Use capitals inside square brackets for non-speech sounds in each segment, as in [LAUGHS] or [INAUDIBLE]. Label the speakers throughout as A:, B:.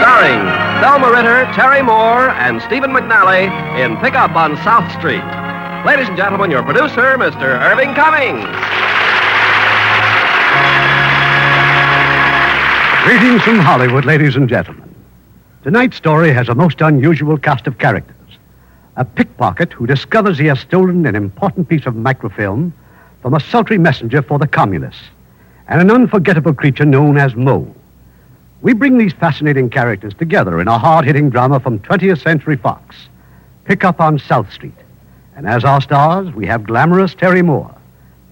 A: Starring Thelma Ritter, Terry Moore, and Stephen McNally in Pick Up on South Street. Ladies and gentlemen, your producer, Mr. Irving Cummings.
B: Greetings from Hollywood, ladies and gentlemen. Tonight's story has a most unusual cast of characters. A pickpocket who discovers he has stolen an important piece of microfilm from a sultry messenger for the communists, and an unforgettable creature known as Moe. We bring these fascinating characters together in a hard hitting drama from 20th Century Fox, Pick Up on South Street. And as our stars, we have glamorous Terry Moore,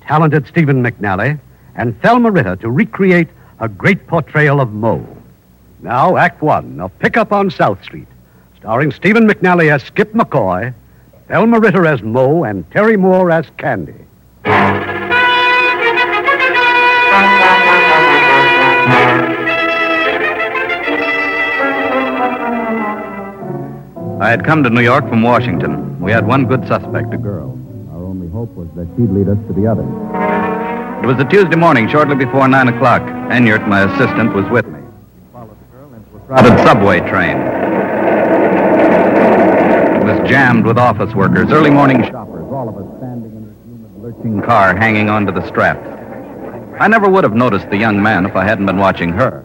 B: talented Stephen McNally, and Thelma Ritter to recreate a great portrayal of Moe. Now, Act One of Pick Up on South Street, starring Stephen McNally as Skip McCoy, Thelma Ritter as Moe, and Terry Moore as Candy.
C: I had come to New York from Washington. We had one good suspect, a girl.
D: Our only hope was that she'd lead us to the other.
C: It was a Tuesday morning, shortly before 9 o'clock. Enyart, my assistant, was with me. Crowded subway train. It was jammed with office workers, early morning shoppers, all of us standing in this humid, lurching car hanging onto the strap. I never would have noticed the young man if I hadn't been watching her.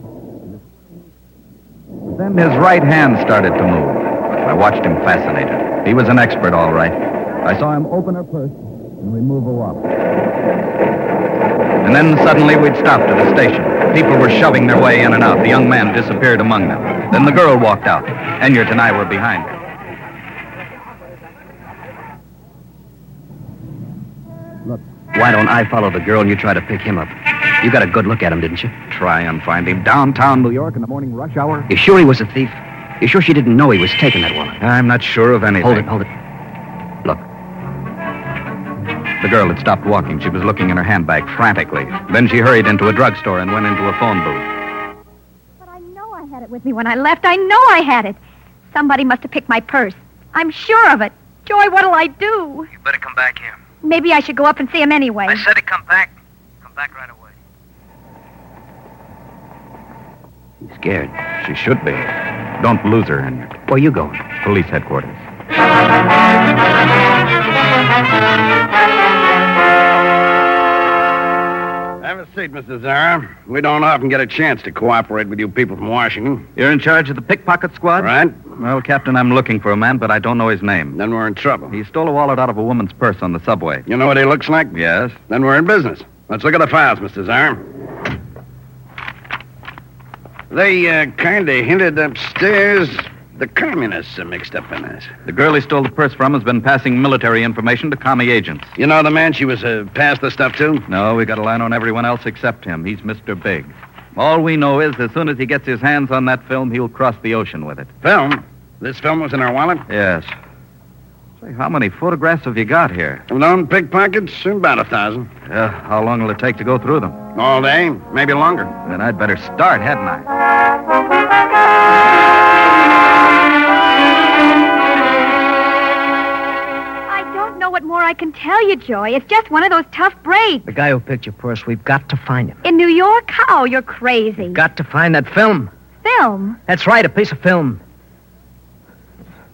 C: Then his right hand started to move. I watched him fascinated. He was an expert, all right. I saw him open her purse and remove a wallet. And then suddenly we'd stopped at a station. People were shoving their way in and out. The young man disappeared among them. Then the girl walked out. Enyart and I were behind her.
E: Look,
C: Why don't I follow the girl and you try to pick him up? You got a good look at him, didn't you? Try and find him. Downtown New York in the morning rush hour?
E: you sure he was a thief? You sure she didn't know he was taking that wallet?
C: I'm not sure of anything.
E: Hold it, hold it. Look,
C: The girl had stopped walking. She was looking in her handbag frantically. Then she hurried into a drugstore and went into a phone booth.
F: I had it with me when I left. I know I had it. Somebody must have picked my purse. I'm sure of it. Joy, what'll I do?
G: You better come back here.
F: Maybe I should go up and see him anyway.
G: I said to come back. Come back right away.
C: He's scared. She should be. Don't lose her, Henry. Where you going? Police headquarters.
H: Have a seat, Mr. Zara. We don't often get a chance to cooperate with you people from Washington.
C: You're in charge of the pickpocket squad?
H: Right.
C: Well, Captain, I'm looking for a man, but I don't know his name.
H: Then we're in trouble.
C: He stole a wallet out of a woman's purse on the subway.
H: You know what he looks like?
C: Yes.
H: Then we're in business. Let's look at the files, Mr. Zara. They uh, kind of hinted upstairs the communists are mixed up in this.
C: The girl he stole the purse from has been passing military information to commie agents.
H: You know the man she was uh, passed the stuff to?
C: No, we got a line on everyone else except him. He's Mr. Big. All we know is as soon as he gets his hands on that film, he'll cross the ocean with it.
H: Film? This film was in her wallet?
C: Yes. Say, how many photographs have you got here?
H: Known pickpockets? About a thousand.
C: Uh, how long will it take to go through them?
H: All day, maybe longer.
C: Then I'd better start, hadn't I?
F: I don't know what more I can tell you, Joy. It's just one of those tough breaks.
E: the guy who picked your purse, we've got to find him.
F: In New York? How? You're crazy.
E: Got to find that film.
F: Film?
E: That's right, a piece of film.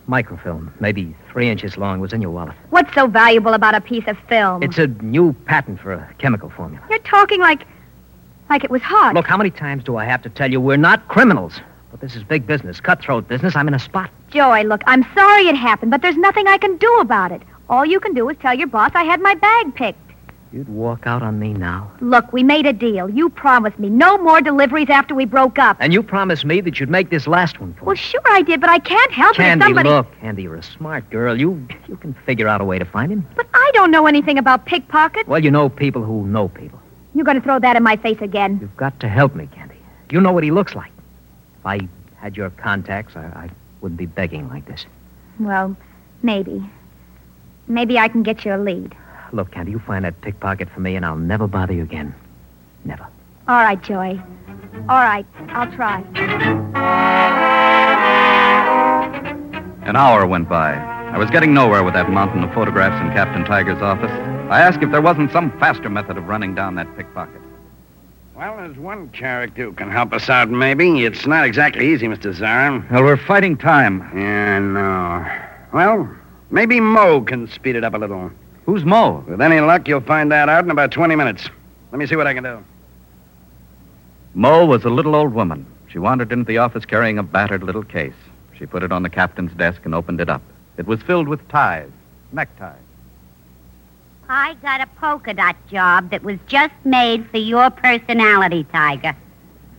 E: Microfilm, maybe three inches long, was in your wallet.
F: What's so valuable about a piece of film?
E: It's a new patent for a chemical formula.
F: You're talking like. like it was hot.
E: Look, how many times do I have to tell you we're not criminals? But this is big business, cutthroat business. I'm in a spot.
F: Joy, look, I'm sorry it happened, but there's nothing I can do about it. All you can do is tell your boss I had my bag picked.
E: You'd walk out on me now.
F: Look, we made a deal. You promised me no more deliveries after we broke up.
E: And you promised me that you'd make this last one for
F: Well,
E: me.
F: sure I did, but I can't help it.
E: Candy,
F: If somebody.
E: look, Candy, you're a smart girl. You you can figure out a way to find him.
F: But I don't know anything about pickpocket.
E: Well, you know people who know people.
F: You're going to throw that in my face again.
E: You've got to help me, Candy. You know what he looks like. If I had your contacts, I, I wouldn't be begging like this.
F: Well, maybe. Maybe I can get you a lead.
E: Look, Candy, you find that pickpocket for me, and I'll never bother you again. Never.
F: All right, Joey. All right, I'll try.
C: An hour went by. I was getting nowhere with that mountain of photographs in Captain Tiger's office. I asked if there wasn't some faster method of running down that pickpocket.
I: Well, there's one character who can help us out, maybe. It's not exactly easy, Mr. Zarin.
C: Well, we're fighting time.
I: Yeah, no. Well, maybe Mo can speed it up a little.
C: Who's Mo?
I: With any luck, you'll find that out in about 20 minutes. Let me see what I can do.
C: Mo was a little old woman. She wandered into the office carrying a battered little case. She put it on the captain's desk and opened it up. It was filled with ties, neckties.
J: I got a polka dot job that was just made for your personality, Tiger.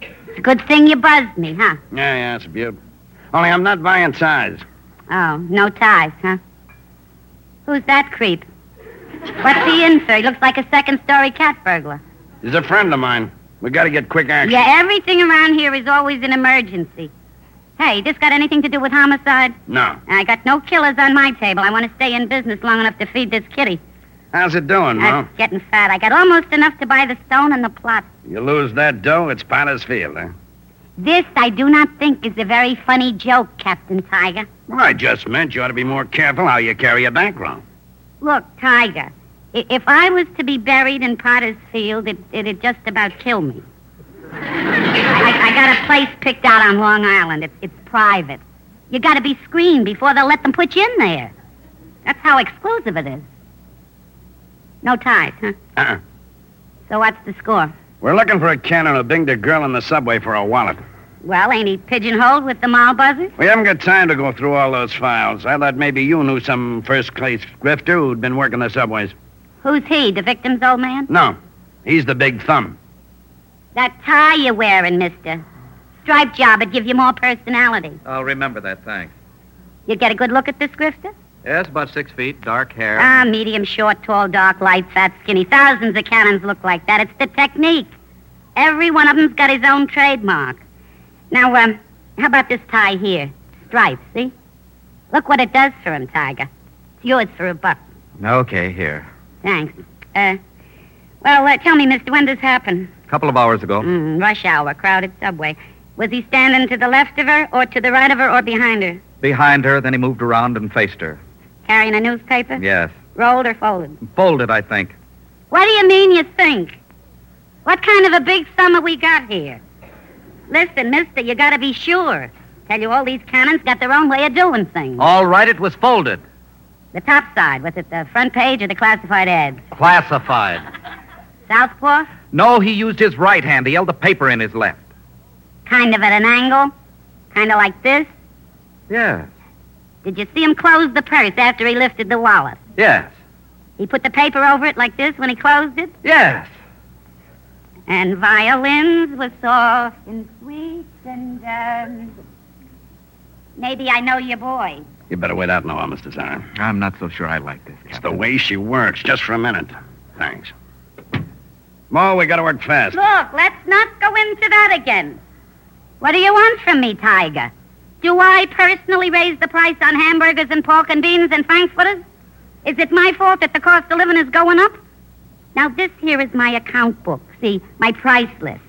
J: It's a good thing you buzzed me, huh?
I: Yeah, yeah, it's a beaut. Only I'm not buying ties.
J: Oh, no ties, huh? Who's that creep? What's he in for? He looks like a second story cat burglar.
I: He's a friend of mine. We gotta get quick action.
J: Yeah, everything around here is always an emergency. Hey, this got anything to do with homicide?
I: No.
J: I got no killers on my table. I want to stay in business long enough to feed this kitty.
I: How's it doing, Mo?
J: I'm getting fat. I got almost enough to buy the stone and the plot.
I: You lose that dough, it's Potter's Field, eh? huh?
J: This I do not think is a very funny joke, Captain Tiger.
I: Well, I just meant you ought to be more careful how you carry your bankroll.
J: Look, Tiger, i- if I was to be buried in Potter's Field, it, it'd just about kill me. I, I got a place picked out on Long Island. It's it's private. You got to be screened before they'll let them put you in there. That's how exclusive it is. No ties, huh?
I: Uh-uh.
J: So what's the score?
I: We're looking for a can and who binged a girl in the subway for a wallet.
J: Well, ain't he pigeonholed with the mall buzzers?
I: We haven't got time to go through all those files. I thought maybe you knew some first-class grifter who'd been working the subways.
J: Who's he, the victim's old man?
I: No, he's the big thumb.
J: That tie you're wearing, mister. Stripe job would give you more personality.
C: I'll remember that, thanks.
J: You'd get a good look at this grifter?
C: Yes, about six feet, dark hair.
J: Ah, medium, short, tall, dark, light, fat, skinny. Thousands of cannons look like that. It's the technique. Every one of them's got his own trademark. Now, um, how about this tie here? Stripes, see? Look what it does for him, Tiger. It's yours for a buck.
C: Okay, here.
J: Thanks. Uh, well, uh, tell me, mister, when this happened?
C: A couple of hours ago.
J: Mm, rush hour, crowded subway. Was he standing to the left of her, or to the right of her, or behind her?
C: Behind her, then he moved around and faced her.
J: Carrying a newspaper?
C: Yes.
J: Rolled or folded?
C: Folded, I think.
J: What do you mean you think? What kind of a big summer we got here? Listen, mister, you gotta be sure. Tell you all these cannons got their own way of doing things.
E: All right, it was folded.
J: The top side, was it the front page or the classified ads?
C: Classified.
J: Southpaw?
C: No, he used his right hand. He held the paper in his left.
J: Kind of at an angle? Kind of like this?
C: Yes.
J: Did you see him close the purse after he lifted the wallet?
C: Yes.
J: He put the paper over it like this when he closed it?
C: Yes.
J: And violins were soft and sweet and, um... Maybe I know your boy.
I: You better wait out an hour, Mr. Zara.
C: I'm not so sure I like this.
I: It's the way she works, just for a minute. Thanks. Mo, we gotta work fast.
J: Look, let's not go into that again. What do you want from me, Tiger? Do I personally raise the price on hamburgers and pork and beans and frankfurters? Is it my fault that the cost of living is going up? Now, this here is my account book. See, my price list.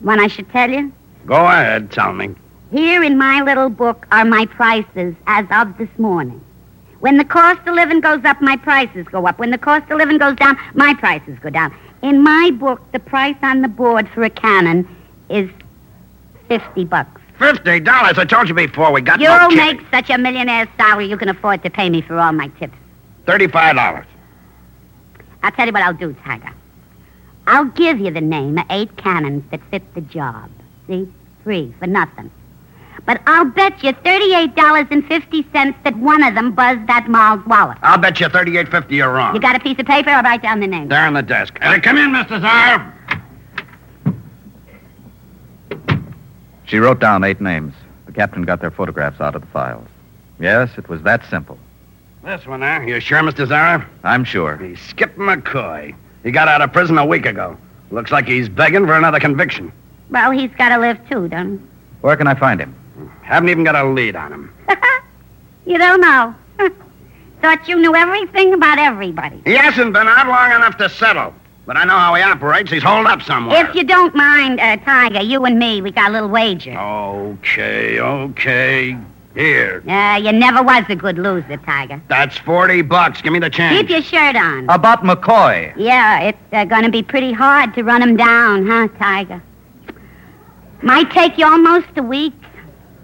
J: One I should tell you?
I: Go ahead, tell me.
J: Here in my little book are my prices as of this morning. When the cost of living goes up, my prices go up. When the cost of living goes down, my prices go down. In my book, the price on the board for a cannon is 50 bucks.
I: Fifty dollars. I told you before. We got
J: You'll
I: no
J: make such a millionaire's salary you can afford to pay me for all my tips.
I: thirty-five dollars.
J: I'll tell you what I'll do, Tiger. I'll give you the name of eight cannons that fit the job. See? Free, for nothing. But I'll bet you $38.50 that one of them buzzed that Miles wallet.
I: I'll bet you thirty-eight fifty. You're wrong.
J: You got a piece of paper? I'll write down the name.
I: There on the desk. Uh, come in, Mr. Zara.
C: She wrote down eight names. The captain got their photographs out of the files. Yes, it was that simple.
I: This one, huh? You sure, Mr. Zara?
C: I'm sure.
I: He's Skip McCoy. He got out of prison a week ago. Looks like he's begging for another conviction.
J: Well, he's got to live too, don't he?
C: Where can I find him?
I: Haven't even got a lead on him.
J: You don't know. [LAUGHS] Thought you knew everything about everybody.
I: He hasn't been out long enough to settle. But I know how he operates. He's holed up somewhere.
J: If you don't mind, uh, Tiger, you and me, we got a little wager.
I: Oh. Okay, okay. Here.
J: Uh, you never was a good loser, Tiger.
I: That's 40 bucks. Give me the
J: Keep
I: change.
J: your shirt on.
C: About McCoy.
J: Yeah, it's uh, going to be pretty hard to run him down, huh, Tiger? Might take you almost a week.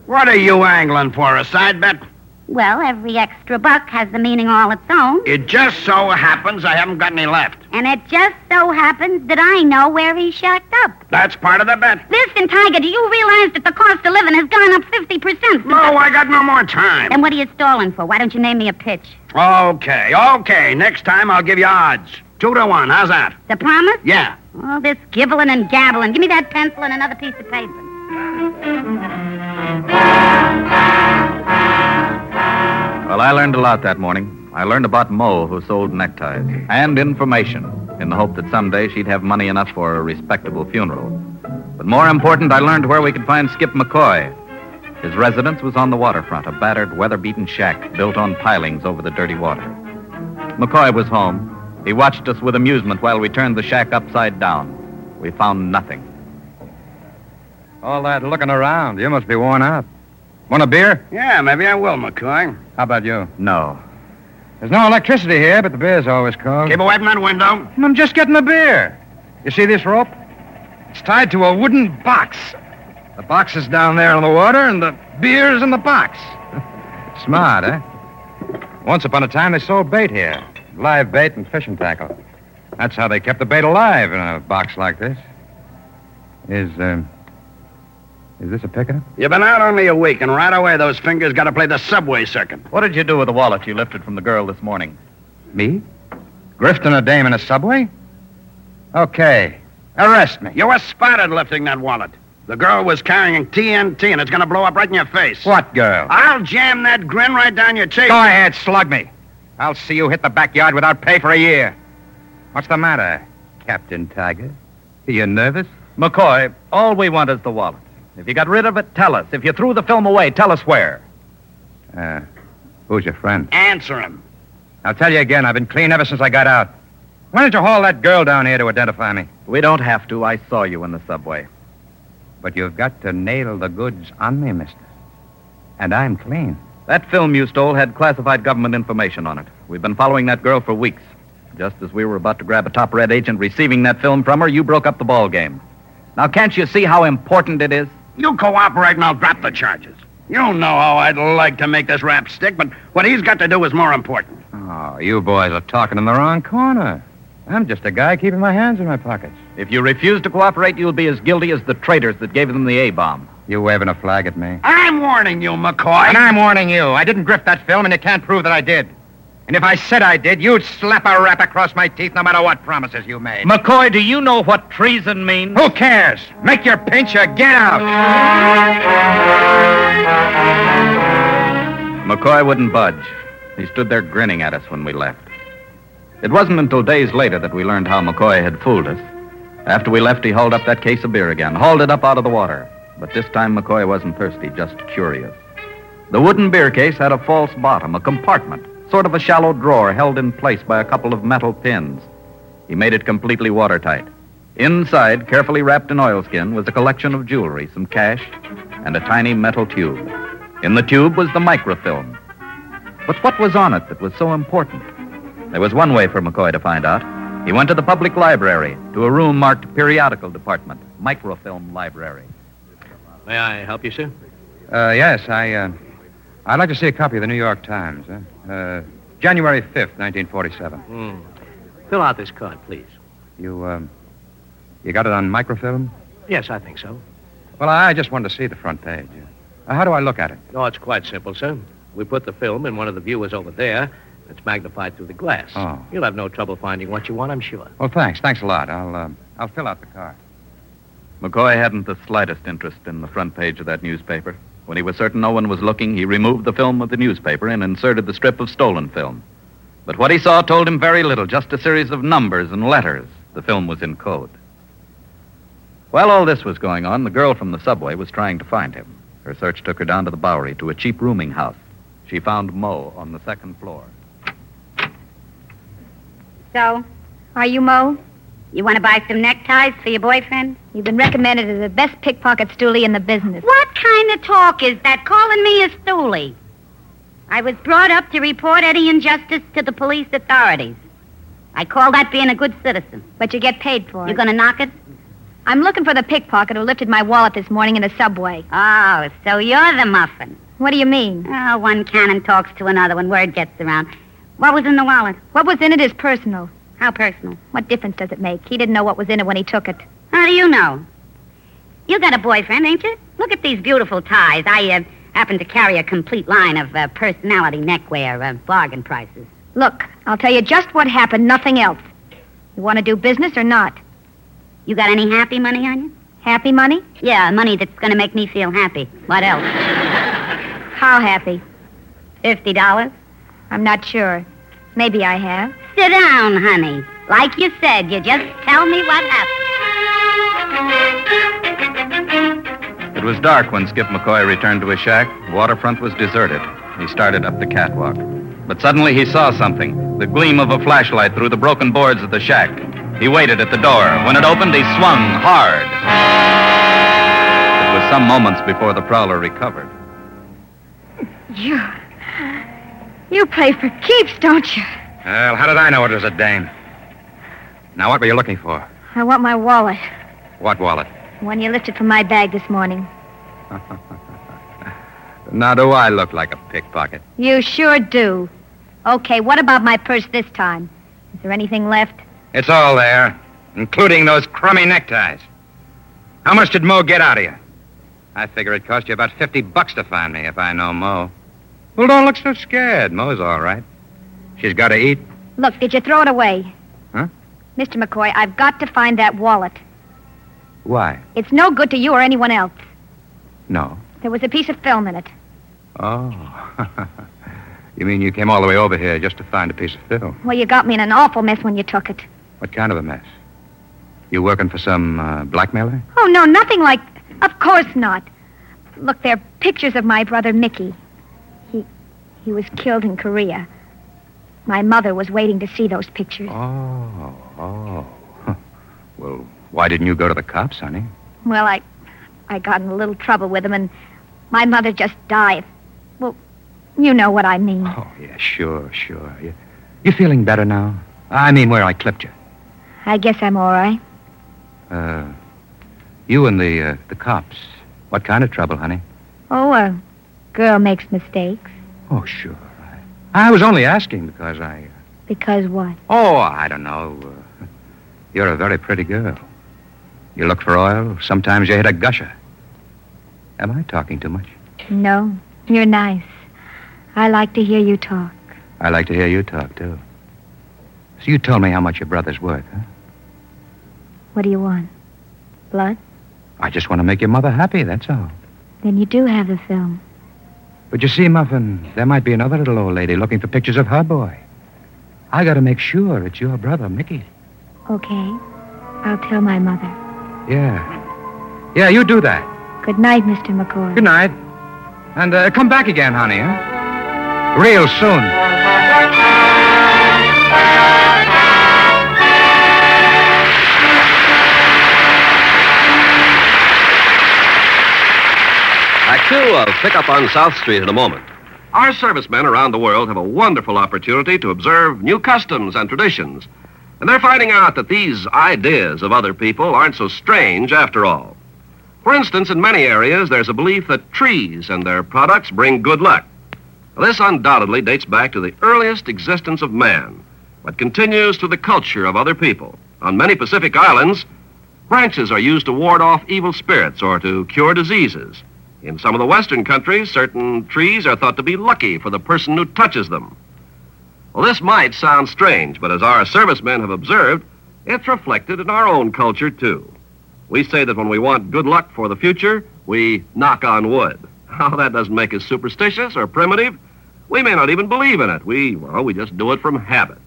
I: What are you angling for, a side bet?
J: Well, every extra buck has the meaning all its own,
I: It just so happens I haven't got any left.
J: and it just so happens that I know where he's shacked up.
I: That's part of the bet.
J: Listen, Tiger, do you realize that the cost of living has gone up 50%?
I: No, I got no more time.
J: Then what are you stalling for? Why don't you name me a pitch?
I: Okay, okay. Next time I'll give you odds. Two to one. How's that?
J: The promise?
I: Yeah.
J: All this gibbling and gabbling. Give me that pencil and another piece of paper.
C: Well, I learned a lot that morning. I learned about Mo, who sold neckties, and information, in the hope that someday she'd have money enough for a respectable funeral. But more important, I learned where we could find Skip McCoy. His residence was on the waterfront, a battered, weather-beaten shack built on pilings over the dirty water. McCoy was home. He watched us with amusement while we turned the shack upside down. We found nothing.
H: All that looking around. You must be worn out. Want a beer?
I: Yeah, maybe I will, McCoy.
H: How about you?
C: No.
H: There's no electricity here, but the beer's always cold. Hmm,
I: Keep away from that window.
H: I'm just getting a beer. You see this rope? It's tied to a wooden box. The box is down there in the water, and the beer's in the box. Smart, eh? Once upon a time, they sold bait here live bait and fishing tackle. That's how they kept the bait alive in a box like this. Is, uh, is this a pickup?
I: You've been out only a week, and right away those fingers got to play the subway circuit.
C: What did you do with the wallet you lifted from the girl this morning?
H: Me? Grifting a dame in a subway? Okay. Arrest me.
I: You were spotted lifting that wallet. The girl was carrying TNT, and it's going to blow up right in your face.
H: What girl?
I: I'll jam that grin right down your cheek.
H: Go ahead, slug me. I'll see you hit the backyard without pay for a year. What's the matter, Captain Tiger? Are you nervous?
C: McCoy, all we want is the wallet. If you got rid of it, tell us. If you threw the film away, tell us where.
H: Uh, who's your friend?
I: Answer him.
H: I'll tell you again. I've been clean ever since I got out. Why don't you haul that girl down here to identify me?
C: We don't have to. I saw you in the subway.
H: But you've got to nail the goods on me, mister. And I'm clean.
C: That film you stole had classified government information on it. We've been following that girl for weeks. Just as we were about to grab a top red agent receiving that film from her, you broke up the ball game. Now, can't you see how important it is?
I: You cooperate, and I'll drop the charges. You know how I'd like to make this rap stick, but what he's got to do is more important.
H: Oh, you boys are talking in the wrong corner. I'm just a guy keeping my hands in my pockets.
C: If you refuse to cooperate, you'll be as guilty as the traitors that gave them the A bomb.
H: You waving a flag at me?
I: I'm warning you, McCoy.
H: And I'm warning you, I didn't grift that film, and you can't prove that I did. And if I said I did, you'd slap a rap across my teeth no matter what promises you made.
C: McCoy, do you know what treason means?
H: Who cares? Make your pinch or get out.
C: McCoy wouldn't budge. He stood there grinning at us when we left. It wasn't until days later that we learned how McCoy had fooled us. After we left, he hauled up that case of beer again, hauled it up out of the water. But this time, McCoy wasn't thirsty, just curious. The wooden beer case had a false bottom, a compartment, sort of a shallow drawer held in place by a couple of metal pins. He made it completely watertight. Inside, carefully wrapped in oilskin, was a collection of jewelry, some cash, and a tiny metal tube. In the tube was the microfilm. But what was on it that was so important? There was one way for McCoy to find out. He went to the public library, to a room marked Periodical Department, Microfilm Library.
E: May I help you, sir?
H: Uh, yes, I, uh, I'd like to see a copy of the New York Times. Huh? Uh, January 5th, 1947.
E: Hmm. Fill out this card, please.
H: You, um, you got it on microfilm?
E: Yes, I think so.
H: Well, I just wanted to see the front page. Uh, how do I look at it?
E: No, it's quite simple, sir. We put the film in one of the viewers over there. It's magnified through the glass.
H: Oh.
E: You'll have no trouble finding what you want, I'm sure.
H: Well, thanks. Thanks a lot. I'll,
C: uh,
H: um, I'll fill out the card.
C: McCoy hadn't the slightest interest in the front page of that newspaper. When he was certain no one was looking, he removed the film of the newspaper and inserted the strip of stolen film. But what he saw told him very little, just a series of numbers and letters. The film was in code. While all this was going on, the girl from the subway was trying to find him. Her search took her down to the Bowery to a cheap rooming house. She found Mo on the second floor.
J: So,
F: Are you Mo?
J: you want to buy some neckties for your boyfriend?
F: You've been recommended as the best pickpocket stoolie in the business.
J: What kind of talk is that calling me a stoolie? I was brought up to report any injustice to the police authorities. I call that being a good citizen.
F: But you get paid for it.
J: You gonna knock it?
F: I'm looking for the pickpocket who lifted my wallet this morning in the subway.
J: Oh, so you're the muffin.
F: What do you mean?
J: Oh, one cannon talks to another when word gets around. What was in the wallet?
F: What was in it is personal.
J: How personal?
F: What difference does it make? He didn't know what was in it when he took it.
J: How do you know? You got a boyfriend, ain't you? Look at these beautiful ties. I uh, happen to carry a complete line of uh, personality neckwear, uh, bargain prices.
F: Look, I'll tell you just what happened, nothing else. You want to do business or not?
J: You got any happy money on you?
F: Happy money?
J: Yeah, money that's going to make me feel happy. What else?
F: How happy?
J: Fifty dollars?
F: I'm not sure. Maybe I have.
J: Sit down, honey. Like you said, you just tell me what happened.
C: It was dark when Skip McCoy returned to his shack. Waterfront was deserted. He started up the catwalk. But suddenly he saw something the gleam of a flashlight through the broken boards of the shack. He waited at the door. When it opened, he swung hard. It was some moments before the prowler recovered.
F: You. You play for keeps, don't you?
H: Well, how did I know it was a dame? Now, what were you looking for?
F: I want my wallet.
H: What wallet?
F: the One you lifted from my bag this morning.
C: Now, do I look like a pickpocket?
F: You sure do. Okay, what about my purse this time? Is there anything left?
H: It's all there, including those crummy neckties. How much did Mo get out of you? I figure it cost you about 50 bucks to find me if I know Mo. Well, don't look so scared. Mo's all right. She's got to eat.
F: Look, did you throw it away?
H: Huh?
F: Mr. McCoy, I've got to find that wallet.
H: Why?
F: It's no good to you or anyone else.
H: No.
F: There was a piece of film in it.
H: Oh. [LAUGHS] you mean you came all the way over here just to find a piece of film?
F: Well, you got me in an awful mess when you took it.
H: What kind of a mess? You working for some uh, blackmailer?
F: Oh, no, nothing like. Of course not. Look, they're pictures of my brother Mickey. He. he was killed in Korea. My mother was waiting to see those pictures.
H: Oh, oh. [LAUGHS] Huh. Well, why didn't you go to the cops, honey?
F: Well, I. I got in a little trouble with him, and my mother just died. Well, you know what I mean.
H: Oh, yeah, sure, sure. You, you feeling better now? I mean, where I clipped you.
F: I guess I'm all right.
H: Uh, you and the uh, the cops. What kind of trouble, honey?
F: Oh, a girl makes mistakes.
H: Oh, sure. I, I was only asking because I.
F: Because what?
H: Oh, I don't know. Uh, you're a very pretty girl. You look for oil. Sometimes you hit a gusher. Am I talking too much?
F: No, you're nice. I like to hear you talk.
H: I like to hear you talk, too. So you told me how much your brother's worth, huh?
F: What do you want? Blood?
H: I just want to make your mother happy, that's all.
F: Then you do have the film.
H: But you see, Muffin, there might be another little old lady looking for pictures of her boy. I gotta make sure it's your brother, Mickey.
F: Okay. I'll tell my mother.
H: Yeah. Yeah, you do that.
F: Good night, Mr. McCoy.
H: Good night. And uh, come back again, honey, huh? Real soon.
A: Act two of Pick Up on South Street in a moment. Our servicemen around the world have a wonderful opportunity to observe new customs and traditions. And they're finding out that these ideas of other people aren't so strange after all. For instance, in many areas, there's a belief that trees and their products bring good luck. This undoubtedly dates back to the earliest existence of man, but continues to the culture of other people. On many Pacific islands, branches are used to ward off evil spirits or to cure diseases. In some of the Western countries, certain trees are thought to be lucky for the person who touches them. Well, this might sound strange, but as our servicemen have observed, it's reflected in our own culture, too. We say that when we want good luck for the future, we knock on wood. [LAUGHS] Now, that doesn't make us superstitious or primitive. We may not even believe in it. We, well, we just do it from habit.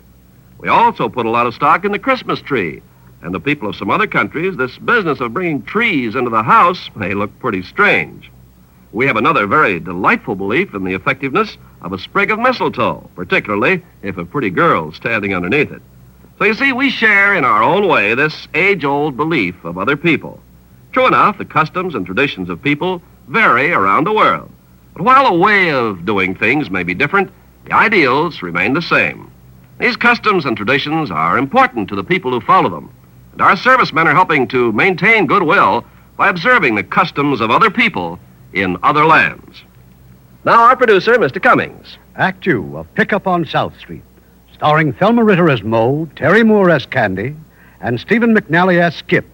A: We also put a lot of stock in the Christmas tree. And the people of some other countries, this business of bringing trees into the house may look pretty strange. we have another very delightful belief in the effectiveness of a sprig of mistletoe, particularly if a pretty girl's standing underneath it. So you see, we share in our own way this age old belief of other people. True enough, the customs and traditions of people vary around the world. But while a way of doing things may be different, the ideals remain the same. These customs and traditions are important to the people who follow them, and our servicemen are helping to maintain goodwill by observing the customs of other people in other lands. Now, our producer, Mr. Cummings.
B: Act Two of Pickup on South Street, starring Thelma Ritter as Moe, Terry Moore as Candy, and Stephen McNally as Skip,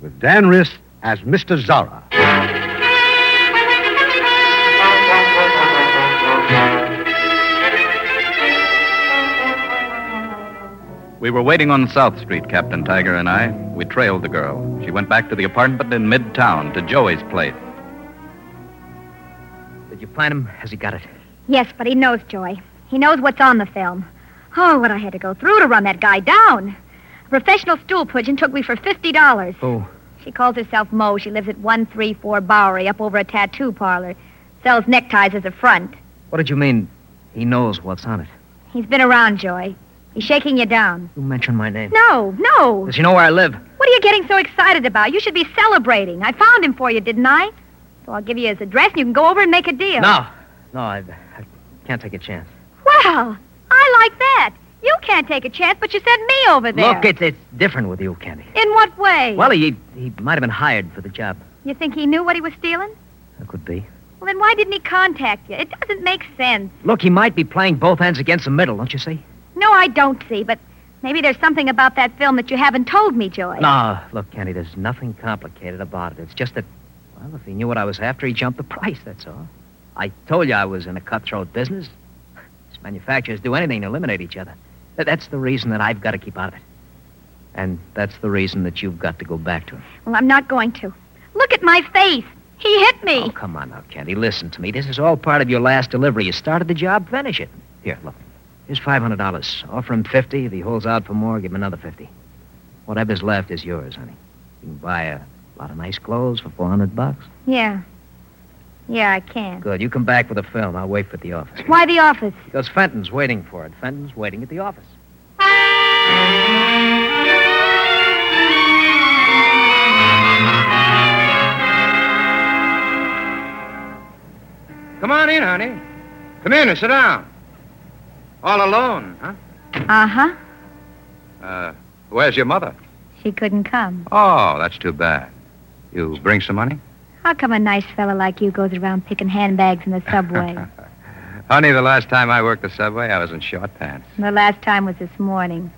B: with Dan Riss as Mr. Zara.
C: We were waiting on South Street, Captain Tiger and I. We trailed the girl. She went back to the apartment in midtown to Joey's place.
E: Did you plan him? Has he got it?
F: Yes, but he knows, Joy. He knows what's on the film. Oh, what I had to go through to run that guy down. A professional stool pigeon took me for $50.
E: Oh.
F: She calls herself Mo. She lives at 134 Bowery, up over a tattoo parlor. Sells neckties as a front.
E: What did you mean? He knows what's on it.
F: He's been around, Joy. He's shaking you down.
E: You mentioned my name.
F: No, no.
E: Does he know where I live?
F: What are you getting so excited about? You should be celebrating. I found him for you, didn't I? So I'll give you his address, and you can go over and make a deal.
E: No. No, I, I can't take a chance.
F: Well, I like that. You can't take a chance, but you sent me over there.
E: Look, it's, it's different with you, Candy.
F: In what way?
E: Well, he, he might have been hired for the job.
F: You think he knew what he was stealing?
E: That could be.
F: Well, then why didn't he contact you? It doesn't make sense.
E: Look, he might be playing both ends against the middle, don't you see?
F: No, I don't see, but maybe there's something about that film that you haven't told me, Joy.
E: No, look, Candy, there's nothing complicated about it. It's just that, well, if he knew what I was after, he jumped the price, that's all. I told you I was in a cutthroat business. These manufacturers do anything to eliminate each other. Th- That's the reason that I've got to keep out of it. And that's the reason that you've got to go back to him.
F: Well, I'm not going to. Look at my face. He hit me.
E: Oh, come on now, Candy. Listen to me. This is all part of your last delivery. You started the job, finish it. Here, look. Here's five hundred dollars. Offer him fifty. If he holds out for more, give him another fifty. Whatever's left is yours, honey. You can buy a lot of nice clothes for four hundred bucks.
F: Yeah. Yeah, I can.
E: Good. You come back with a film. I'll wait for the office.
F: Why the office?
E: Because Fenton's waiting for it. Fenton's waiting at the office.
H: Come on in, honey. Come in and sit down. All alone, huh?
F: Uh
E: Uh-huh.
F: huh.
H: Uh, where's your mother?
F: She couldn't come.
H: Oh, that's too bad. You bring some money?
F: How come a nice fella like you goes around picking handbags in the subway?
E: [LAUGHS]
H: Honey, the last time I worked the subway, I was in short pants.
F: And the last time was this morning.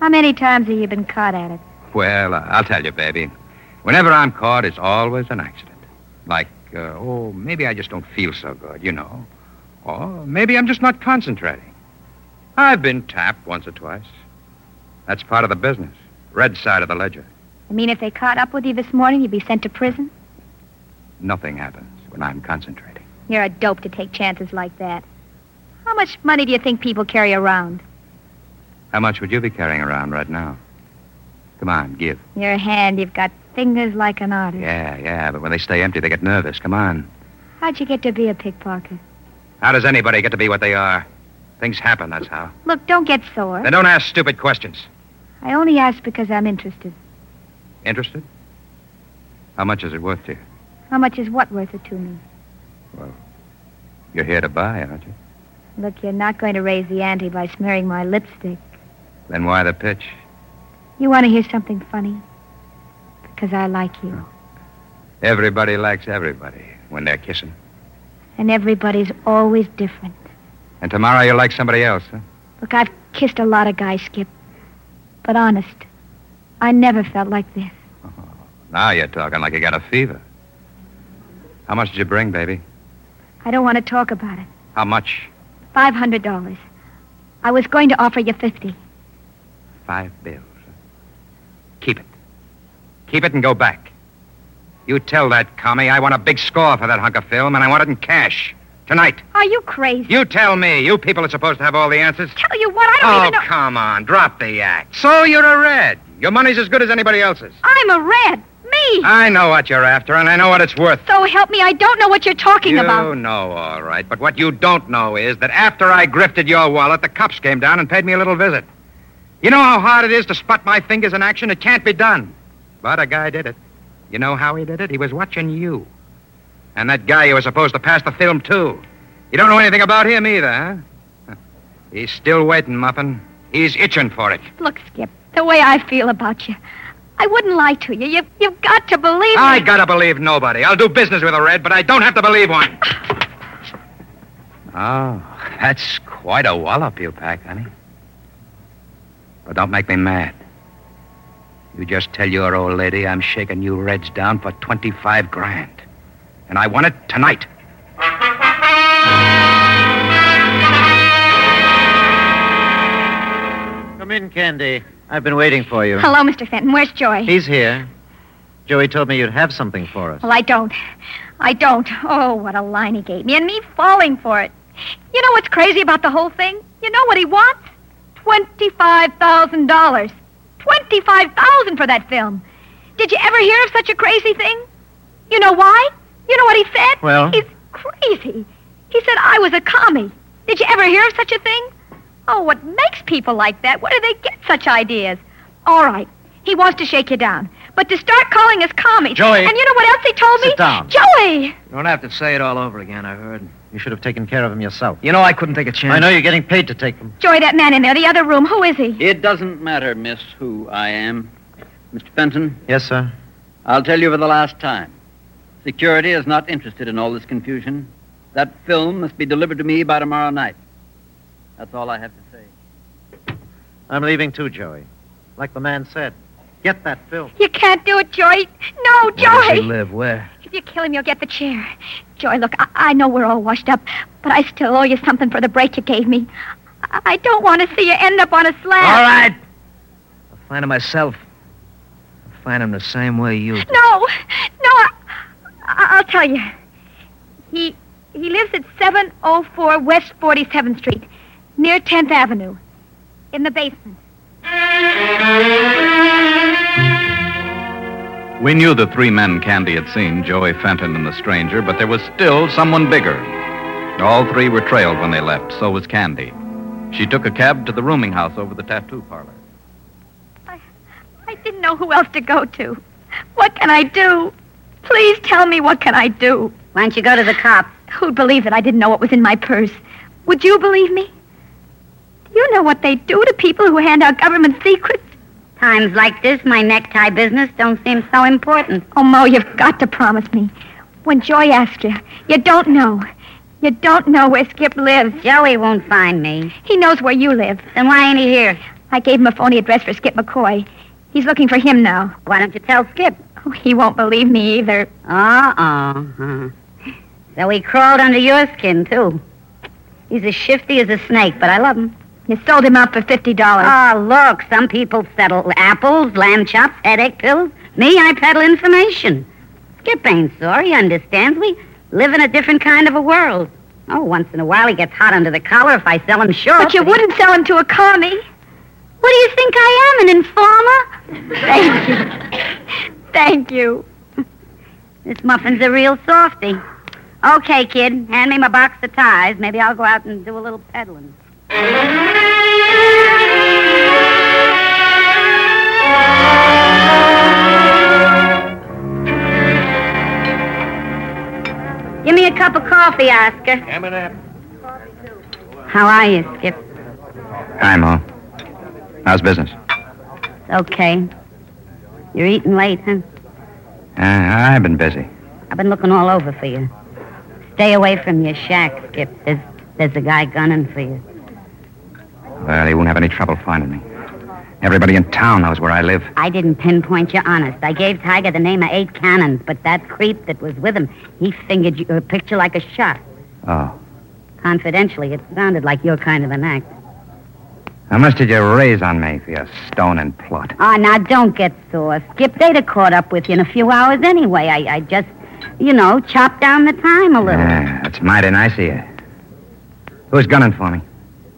F: How many times have you been caught at it?
H: Well, uh, I'll tell you, baby. Whenever I'm caught, it's always an accident. Like, uh, oh, maybe I just don't feel so good, you know. Or maybe I'm just not concentrating. I've been tapped once or twice. That's part of the business. Red side of the ledger.
F: I mean, if they caught up with you this morning, you'd be sent to prison?
H: Nothing happens when I'm concentrating.
F: You're a dope to take chances like that. How much money do you think people carry around?
H: How much would you be carrying around right now? Come on, give.
F: Your hand, you've got fingers like an artist.
H: Yeah, yeah, but when they stay empty, they get nervous. Come on.
F: How'd you get to be a pickpocket?
H: How does anybody get to be what they are? Things happen, that's how.
F: Look, don't get sore.
H: Then don't ask stupid questions.
F: I only ask because I'm interested.
H: Interested? How much is it worth to you?
F: How much is what worth it to me?
H: You're here to buy, aren't you?
F: Look, you're not going to raise the ante by smearing my lipstick.
H: Then why the pitch?
F: You want to hear something funny? Because I like you.
H: Everybody likes everybody when they're kissing.
F: And everybody's always different.
H: And tomorrow you'll like somebody else, huh?
F: Look, I've kissed a lot of guys, Skip. But honest, I never felt like this.
H: Now you're talking like you got a fever. How much did you bring, baby?
F: I don't want to talk about it.
H: How much?
F: Five hundred dollars. I was going to offer you fifty.
H: Five bills. Keep it. Keep it and go back. You tell that commie I want a big score for that hunk of film, and I want it in cash. Tonight.
F: Are you crazy?
H: You tell me. You people are supposed to have all the answers.
F: Tell you what, I don't
H: Oh,
F: even know.
H: come on. Drop the act. So you're a red. Your money's as good as anybody else's.
F: I'm a red. Me. me.
H: I know what you're after, and I know what it's worth.
F: So help me, I don't know what you're talking
H: you
F: about.
H: know, all right. But what you don't know is that after I grifted your wallet, the cops came down and paid me a little visit. You know how hard it is to spot my fingers in action? It can't be done. But a guy did it. You know how he did it? He was watching you. And that guy you were supposed to pass the film to. You don't know anything about him either, huh? [LAUGHS] He's still waiting, Muffin. He's itching for it.
F: Look, Skip, the way I feel about you, I wouldn't lie to you. You've, you've got to believe me.
H: I gotta believe nobody. I'll do business with a red, but I don't have to believe one. Oh, that's quite a wallop you pack, honey. But don't make me mad. You just tell your old lady I'm shaking you reds down for 25 grand. And I want it tonight.
K: Come in, Candy. I've been waiting for you.
F: Hello, Mr. Fenton. Where's Joy?
K: He's here. Joey told me you'd have something for us.
F: Well, I don't. I don't. Oh, what a line he gave me, and me falling for it. You know what's crazy about the whole thing? You know what he wants? Twenty-five thousand dollars. Twenty-five thousand for that film. Did you ever hear of such a crazy thing? You know why? You know what he said?
K: Well?
F: he's crazy. He said I was a commie. Did you ever hear of such a thing? Oh, what makes people like that? Where do they get such ideas? All right, he wants to shake you down, but to start calling us commies.
K: Joey.
F: And you know what else he told me?
K: Sit down.
F: Joey.
K: You don't have to say it all over again, I heard. You should have taken care of him yourself.
L: You know I couldn't take a chance.
K: I know you're getting paid to take them.
F: Joy, that man in there, the other room, who is he?
L: It doesn't matter, miss, who I am. Mr. Fenton,
K: Yes, sir.
L: I'll tell you for the last time. Security is not interested in all this confusion. That film must be delivered to me by tomorrow night. That's all I have to say.
K: I'm leaving too, Joey. Like the man said, get that film.
F: You can't do it, Joy. No, Joy.
K: live? Where?
F: If you kill him, you'll get the chair. Joy, look, I, I know we're all washed up, but I still owe you something for the break you gave me. I, I don't want to see you end up on a slab.
E: All right. I'll find him myself. I'll find him the same way you. did.
F: No, no, I, I, I'll tell you. He he lives at 704 West 47th Street, near 10th Avenue, in the basement.
C: We knew the three men Candy had seen, Joey Fenton and the stranger, but there was still someone bigger. All three were trailed when they left, so was Candy. She took a cab to the rooming house over the tattoo parlor.
F: I didn't know who else to go to. What can I do? Please tell me what can I do.
J: Why don't you go to the cops?
F: Who'd believe that I didn't know what was in my purse? Would you believe me? Do you know what they do to people who hand out government secrets?
J: Times like this, my necktie business don't seem so important.
F: Oh, Mo, you've got to promise me. When Joy asks you, you don't know. You don't know where Skip lives.
J: Joey won't find me.
F: He knows where you live.
J: Then why ain't he here?
F: I gave him a phony address for Skip McCoy. He's looking for him now.
J: Why don't you tell Skip?
F: Oh, he won't believe me either.
J: Uh-uh. Uh-oh. So he crawled under your skin, too. He's as shifty as a snake, but I love him.
F: You sold him out for $50.
J: Oh, look, some people settle apples, lamb chops, headache pills. Me, I peddle information. Skip ain't sore. He understands. We live in a different kind of a world. Oh, once in a while he gets hot under the collar if I sell him short.
F: But you
J: he-
F: wouldn't sell him to a commie.
J: What do you think I am, an informer?
F: Thank you. [LAUGHS] Thank you.
J: This muffin's a real softy. Okay, kid, hand me my box of ties. Maybe I'll go out and do a little peddling. Give me a cup of coffee, Oscar. How are you, Skip?
C: Hi, Mo. How's business?
J: Okay. You're eating late, huh?
C: Uh, I've been busy.
J: I've been looking all over for you. Stay away from your shack, Skip. There's, there's a guy gunning for you.
C: Well, he won't have any trouble finding me. Everybody in town knows where I live.
J: I didn't pinpoint you, honest. I gave Tiger the name of eight cannons, but that creep that was with him, he fingered your picture like a shot.
C: Oh.
J: Confidentially, it sounded like your kind of an act.
C: How much did you raise on me for your stoning plot?
J: Ah, now don't get sore, Skip. They'd have caught up with you in a few hours anyway. I, I just, you know, chopped down the time a little.
C: Yeah, that's mighty nice of you. Who's gunning for me?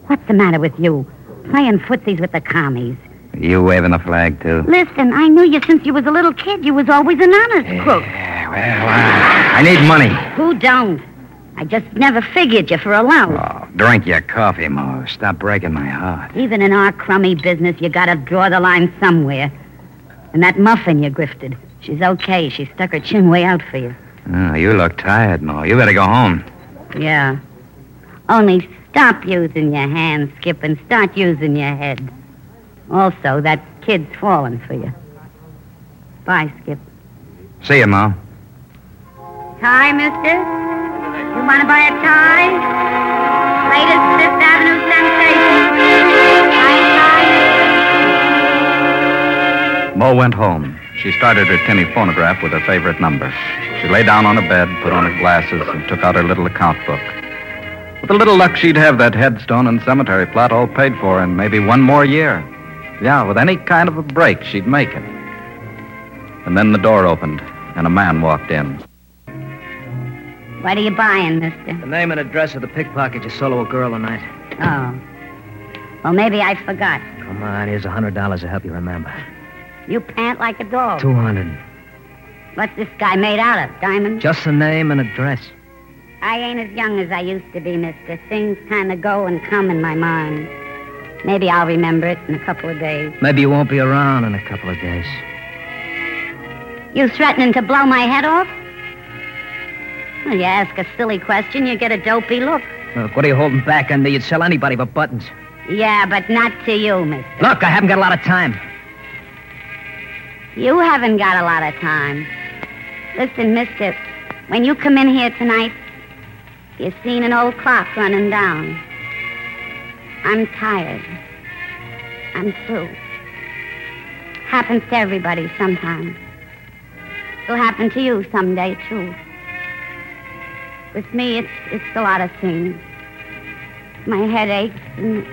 J: What's the matter with you? Playing footsies with the commies.
H: You waving the flag, too?
J: Listen, I knew you since you was a little kid. You was always an honest crook.
C: uh,
H: I need money.
J: Who don't? I just never figured you for a loan.
H: Drink your coffee, Mo. Stop breaking my heart.
J: Even in our crummy business, you gotta draw the line somewhere. And that muffin you grifted, she's okay. She stuck her chin way out for you.
H: Oh, you look tired, Mo. You better go home.
J: Yeah. Only stop using your hands, Skip, and start using your head. Also, that kid's falling for you. Bye, Skip.
H: See you, Mo.
J: Tie, mister? You want to buy a tie? Latest Fifth Avenue sensation.
C: Mo went home. She started her tinny phonograph with her favorite number. She lay down on a bed, put on her glasses, and took out her little account book. With a little luck, she'd have that headstone and cemetery plot all paid for in maybe one more year. Yeah, with any kind of a break, she'd make it. And then the door opened, and a man walked in.
J: What are you buying, mister?
E: The name and address of the pickpocket you sold to a girl tonight.
J: Oh. Well, maybe I forgot.
E: Come on, here's a hundred dollars to help you remember.
J: You pant like a dog.
E: Two hundred.
J: What's this guy made out of, Diamond?
E: Just the name and address.
J: I ain't as young as I used to be, mister. Things kind of go and come in my mind. Maybe I'll remember it in a couple of days.
E: Maybe you won't be around in a couple of days.
J: You threatening to blow my head off? Well, you ask a silly question, you get a dopey look.
E: Look, what are you holding back under? You'd sell anybody but buttons.
J: Yeah, but not to you, mister.
E: Look, I haven't got a lot of time.
J: You haven't got a lot of time. Listen, mister, when you come in here tonight, you seen an old clock running down. I'm tired. I'm through. Happens to everybody sometimes. It'll happen to you someday, too. With me, it's, it's a lot of things. My head aches and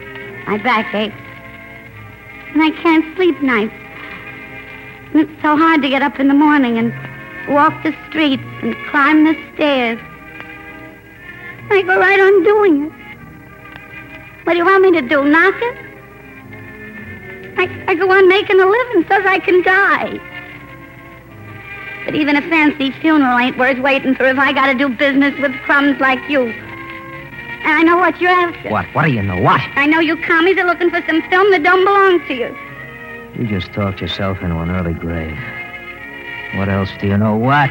J: my back aches. And I can't sleep nights. And it's so hard to get up in the morning and walk the streets and climb the stairs. I go right on doing it. What do you want me to do, knock it? I, I go on making a living so's I can die. But even a fancy funeral ain't worth waiting for if I gotta do business with crumbs like you. And I know what you're after.
E: What? What do you know? What?
J: I know you commies are looking for some film that don't belong to you.
E: You just talked yourself into an early grave. What else do you know? What?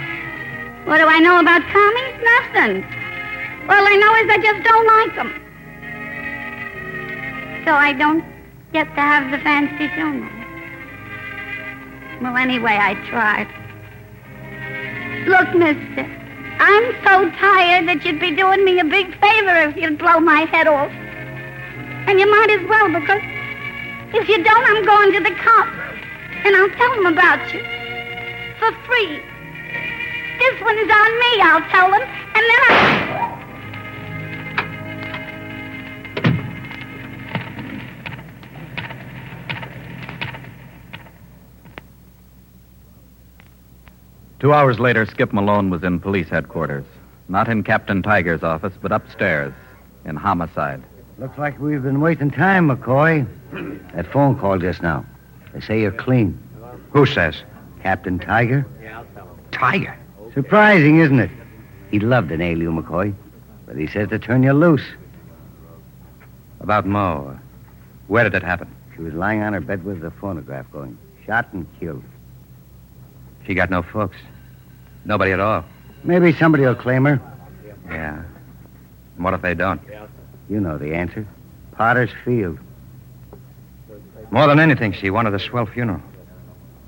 J: What do I know about commies? Nothing. All I know is I just don't like them. So I don't get to have the fancy funeral. Well, anyway, I tried. Look, mister, I'm so tired that you'd be doing me a big favor if you'd blow my head off. And you might as well, because if you don't, I'm going to the cops. And I'll tell them about you. For free. This one is on me, I'll tell them. And then I...
C: Two hours later, Skip Malone was in police headquarters. Not in Captain Tiger's office, but upstairs, in homicide.
M: Looks like we've been wasting time,
H: [CLEARS THROAT]
M: McCoy. That phone call just now. They say you're clean. Who says? Captain Tiger.
N: Tiger.
M: Surprising, isn't it? He loved an aliu, McCoy, but he says to turn you loose.
H: About Mo. Where did it happen?
M: She was lying on her bed with the phonograph going. Shot and killed.
H: She got no folks. Nobody at all.
M: Maybe somebody will claim her.
H: Yeah. And what if they don't?
M: You know the answer. Potter's Field.
H: More than anything, she wanted a swell funeral.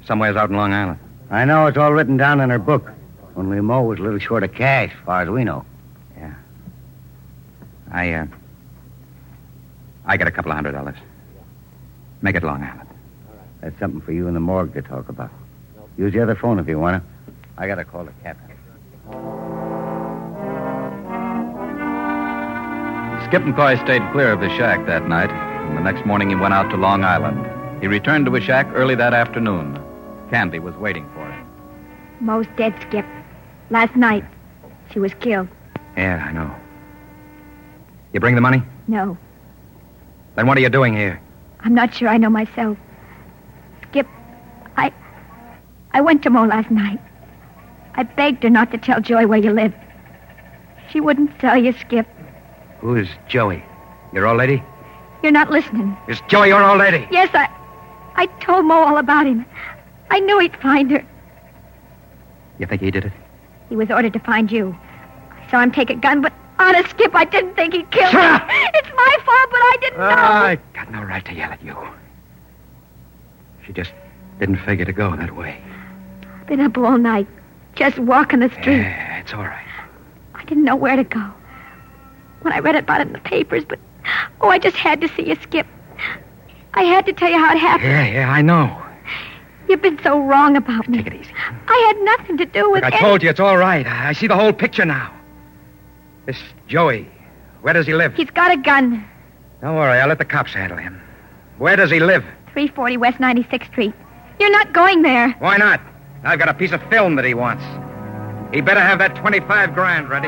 H: Somewhere's out in Long Island.
M: I know it's all written down in her book. Only Mo was a little short of cash, far as we know.
H: I, uh. I get a couple of hundred dollars. Make it Long Island.
M: That's something for you in the morgue to talk about. Use the other phone if you want to. I gotta call the captain.
C: Skip McCoy stayed clear of his shack that night, and the next morning he went out to Long Island. He returned to his shack early that afternoon. Candy was waiting for him.
O: Mo's dead, Skip. Last night, she was killed.
H: Yeah, I know. You bring the money?
O: No,
H: Then what are you doing here?
O: I'm not sure I know myself.
F: I went to Mo last night. I begged her not to tell Joy where you lived. She wouldn't tell you, Skip.
H: Who is Joey? Your old lady?
F: You're not listening.
H: Is Joey your old lady?
F: Yes, I. I told Mo all about him. I knew he'd find her.
H: You think he did it?
F: He was ordered to find you. I saw him take a gun, but honest, Skip, I didn't think he killed
H: Shut
F: her.
H: up!
F: It's my fault, but I didn't know.
H: I got no right to yell at you. She just didn't figure to go that way.
F: Been up all night, just walking the street.
H: Yeah, it's all right.
F: I didn't know where to go. When I read about it in the papers, but oh, I just had to see you, Skip. I had to tell you how it happened.
H: Yeah, yeah, I know.
F: You've been so wrong about me. Take
H: it easy.
F: I had nothing to do with
H: Look, I
F: any-
H: told you it's all right. I I see the whole picture now. This Joey, where does he live?
F: He's got a gun.
H: Don't worry, I'll let the cops handle him. Where does he live?
F: 340 West 96th Street. You're not going there.
H: Why not? I've got a piece of film that he wants. He better have that 25 grand ready.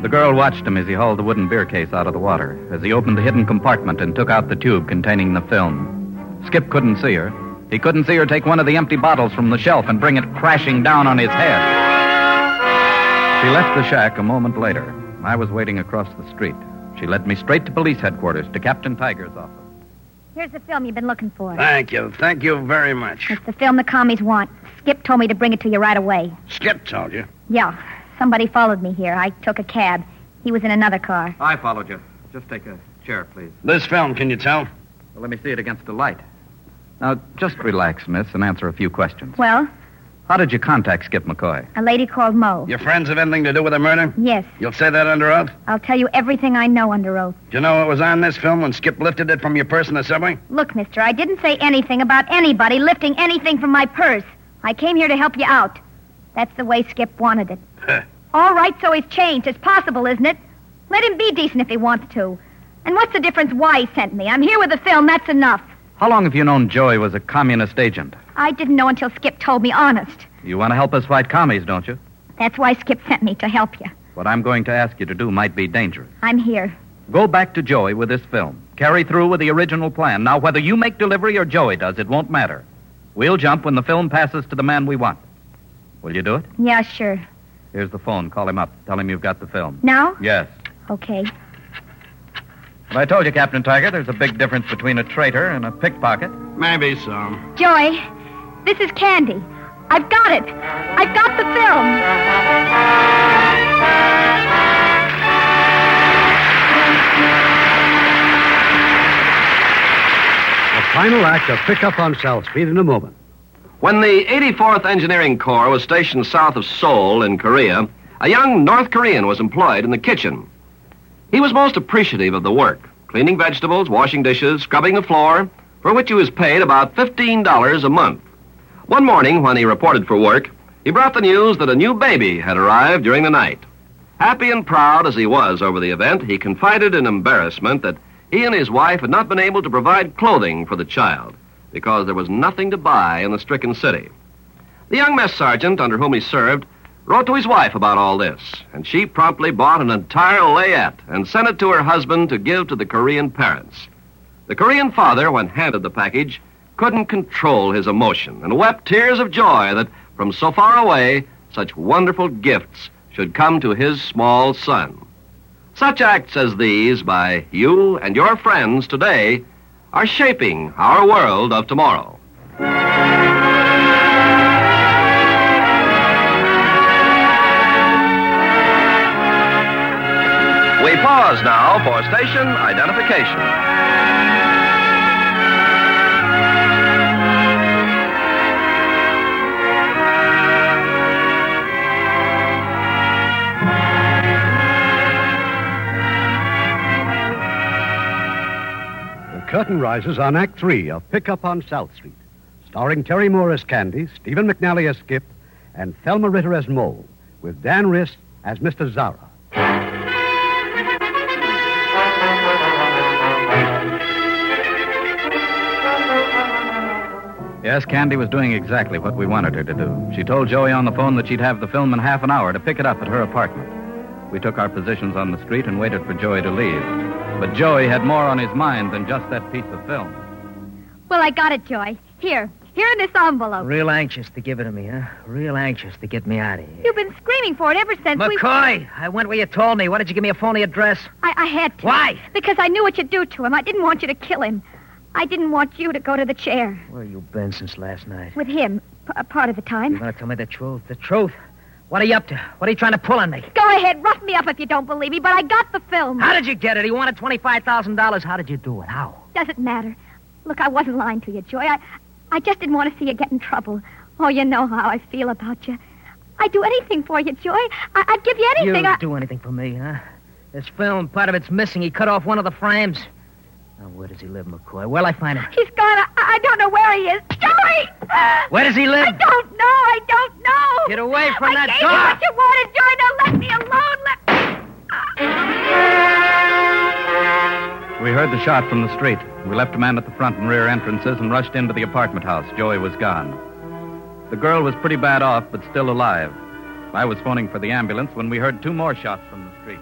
C: The girl watched him as he hauled the wooden beer case out of the water, as he opened the hidden compartment and took out the tube containing the film. Skip couldn't see her. He couldn't see her take one of the empty bottles from the shelf and bring it crashing down on his head. She left the shack a moment later. I was waiting across the street. She led me straight to police headquarters, to Captain Tiger's office.
F: Here's the film you've been looking for.
I: Thank you. Thank you very much.
F: It's the film the commies want. Skip told me to bring it to you right away.
I: Skip told you.
F: Yeah, somebody followed me here. I took a cab. He was in another car.
C: I followed you. Just take a chair, please.
I: This film, can you tell?
C: Well, let me see it against the light. Now, just relax, miss, and answer a few questions.
F: Well,
C: How did you contact Skip McCoy?
F: a lady called Mo.
I: Your friends have anything to do with the murder?
F: Yes,
I: You'll say that under oath?
F: I'll tell you everything I know under oath.
I: Do you know what was on this film when Skip lifted it from your purse in the subway?
F: Look, mister, I didn't say anything about anybody lifting anything from my purse. I came here to help you out. That's the way Skip wanted it. All right, so he's changed. It's possible, isn't it? Let him be decent if he wants to. And what's the difference why he sent me? I'm here with the film. That's enough.
C: How long have you known Joey was a communist agent?
F: I didn't know until Skip told me honest.
C: You want to help us fight commies, don't you?
F: That's why Skip sent me to help you.
C: What I'm going to ask you to do might be dangerous.
F: I'm here.
C: Go back to Joey with this film. Carry through with the original plan. Now, whether you make delivery or Joey does, it won't matter. We'll jump when the film passes to the man we want. Will you do it?
F: Yeah, sure.
C: Here's the phone. Call him up. Tell him you've got the film.
F: Now?
C: Yes.
F: Okay.
C: But I told you, Captain Tiger, there's a big difference between a traitor and a pickpocket.
I: Maybe so.
F: Joy, this is Candy. I've got it. I've got the film.
B: The final act of Pick Up on South Street in a moment.
A: When the 84th Engineering Corps was stationed south of Seoul in Korea, a young North Korean was employed in the kitchen. He was most appreciative of the work, cleaning vegetables, washing dishes, scrubbing the floor, for which he was paid about $15 a month. One morning, when he reported for work, he brought the news that a new baby had arrived during the night. Happy and proud as he was over the event, he confided in embarrassment that he and his wife had not been able to provide clothing for the child because there was nothing to buy in the stricken city. The young mess sergeant under whom he served wrote to his wife about all this, and she promptly bought an entire layette and sent it to her husband to give to the Korean parents. The Korean father, when handed the package, couldn't control his emotion and wept tears of joy that from so far away, such wonderful gifts should come to his small son. Such acts as these by you and your friends today are shaping our world of tomorrow. We pause now for station identification.
B: The curtain rises on Act Three of Pick Up on South Street, starring Terry Moore as Candy, Stephen McNally as Skip, and Thelma Ritter as Mole, with Dan Riss as Mr. Zara.
C: Yes, Candy was doing exactly what we wanted her to do. She told Joey on the phone that she'd have the film in half an hour to pick it up at her apartment. We took our positions on the street and waited for Joey to leave. But Joey had more on his mind than just that piece of film.
F: Well, I got it, Joy. Here. Here in this envelope.
P: Real anxious to give it to me, huh? Real anxious to get me out of here.
F: You've been screaming for it ever since we...
P: McCoy, I went where you told me. Why did you give me a phony address?
F: I, I had to.
P: Why?
F: Because I knew what you'd do to him. I didn't want you to kill him. I didn't want you to go to the chair
P: Where you been since last night?
F: with him p- a part of the
P: You
F: time.
P: gonna tell me the truth? The truth? What are you up to? What are you trying to pull on me?
F: Go ahead, rough me up if you don't believe me, but I got the film.
P: How did you get it? He wanted twenty-five thousand dollars. How did you do it? How?
F: Doesn't matter. Look, I wasn't lying to you, Joy. I, I just didn't want to see you get in trouble. Oh, you know how I feel about you. I'd do anything for you, Joy. I, I'd give you anything.
P: You'd
F: I...
P: do anything for me, huh? This film, part of it's missing. He cut off one of the frames. Now, where does he live, McCoy? Where'll I find him?
F: He's gone. I, I don't know where he is. Joy!
P: Where does he live?
F: I don't know. I don't know.
P: Get away from
F: I
P: that
F: gave
P: door.
F: You what you wanted, Joy. Now let me alone. Let...
C: We heard the shot from the street. We left a man at the front and rear entrances and rushed into the apartment house. Joey was gone. The girl was pretty bad off, but still alive. I was phoning for the ambulance when we heard two more shots from the street.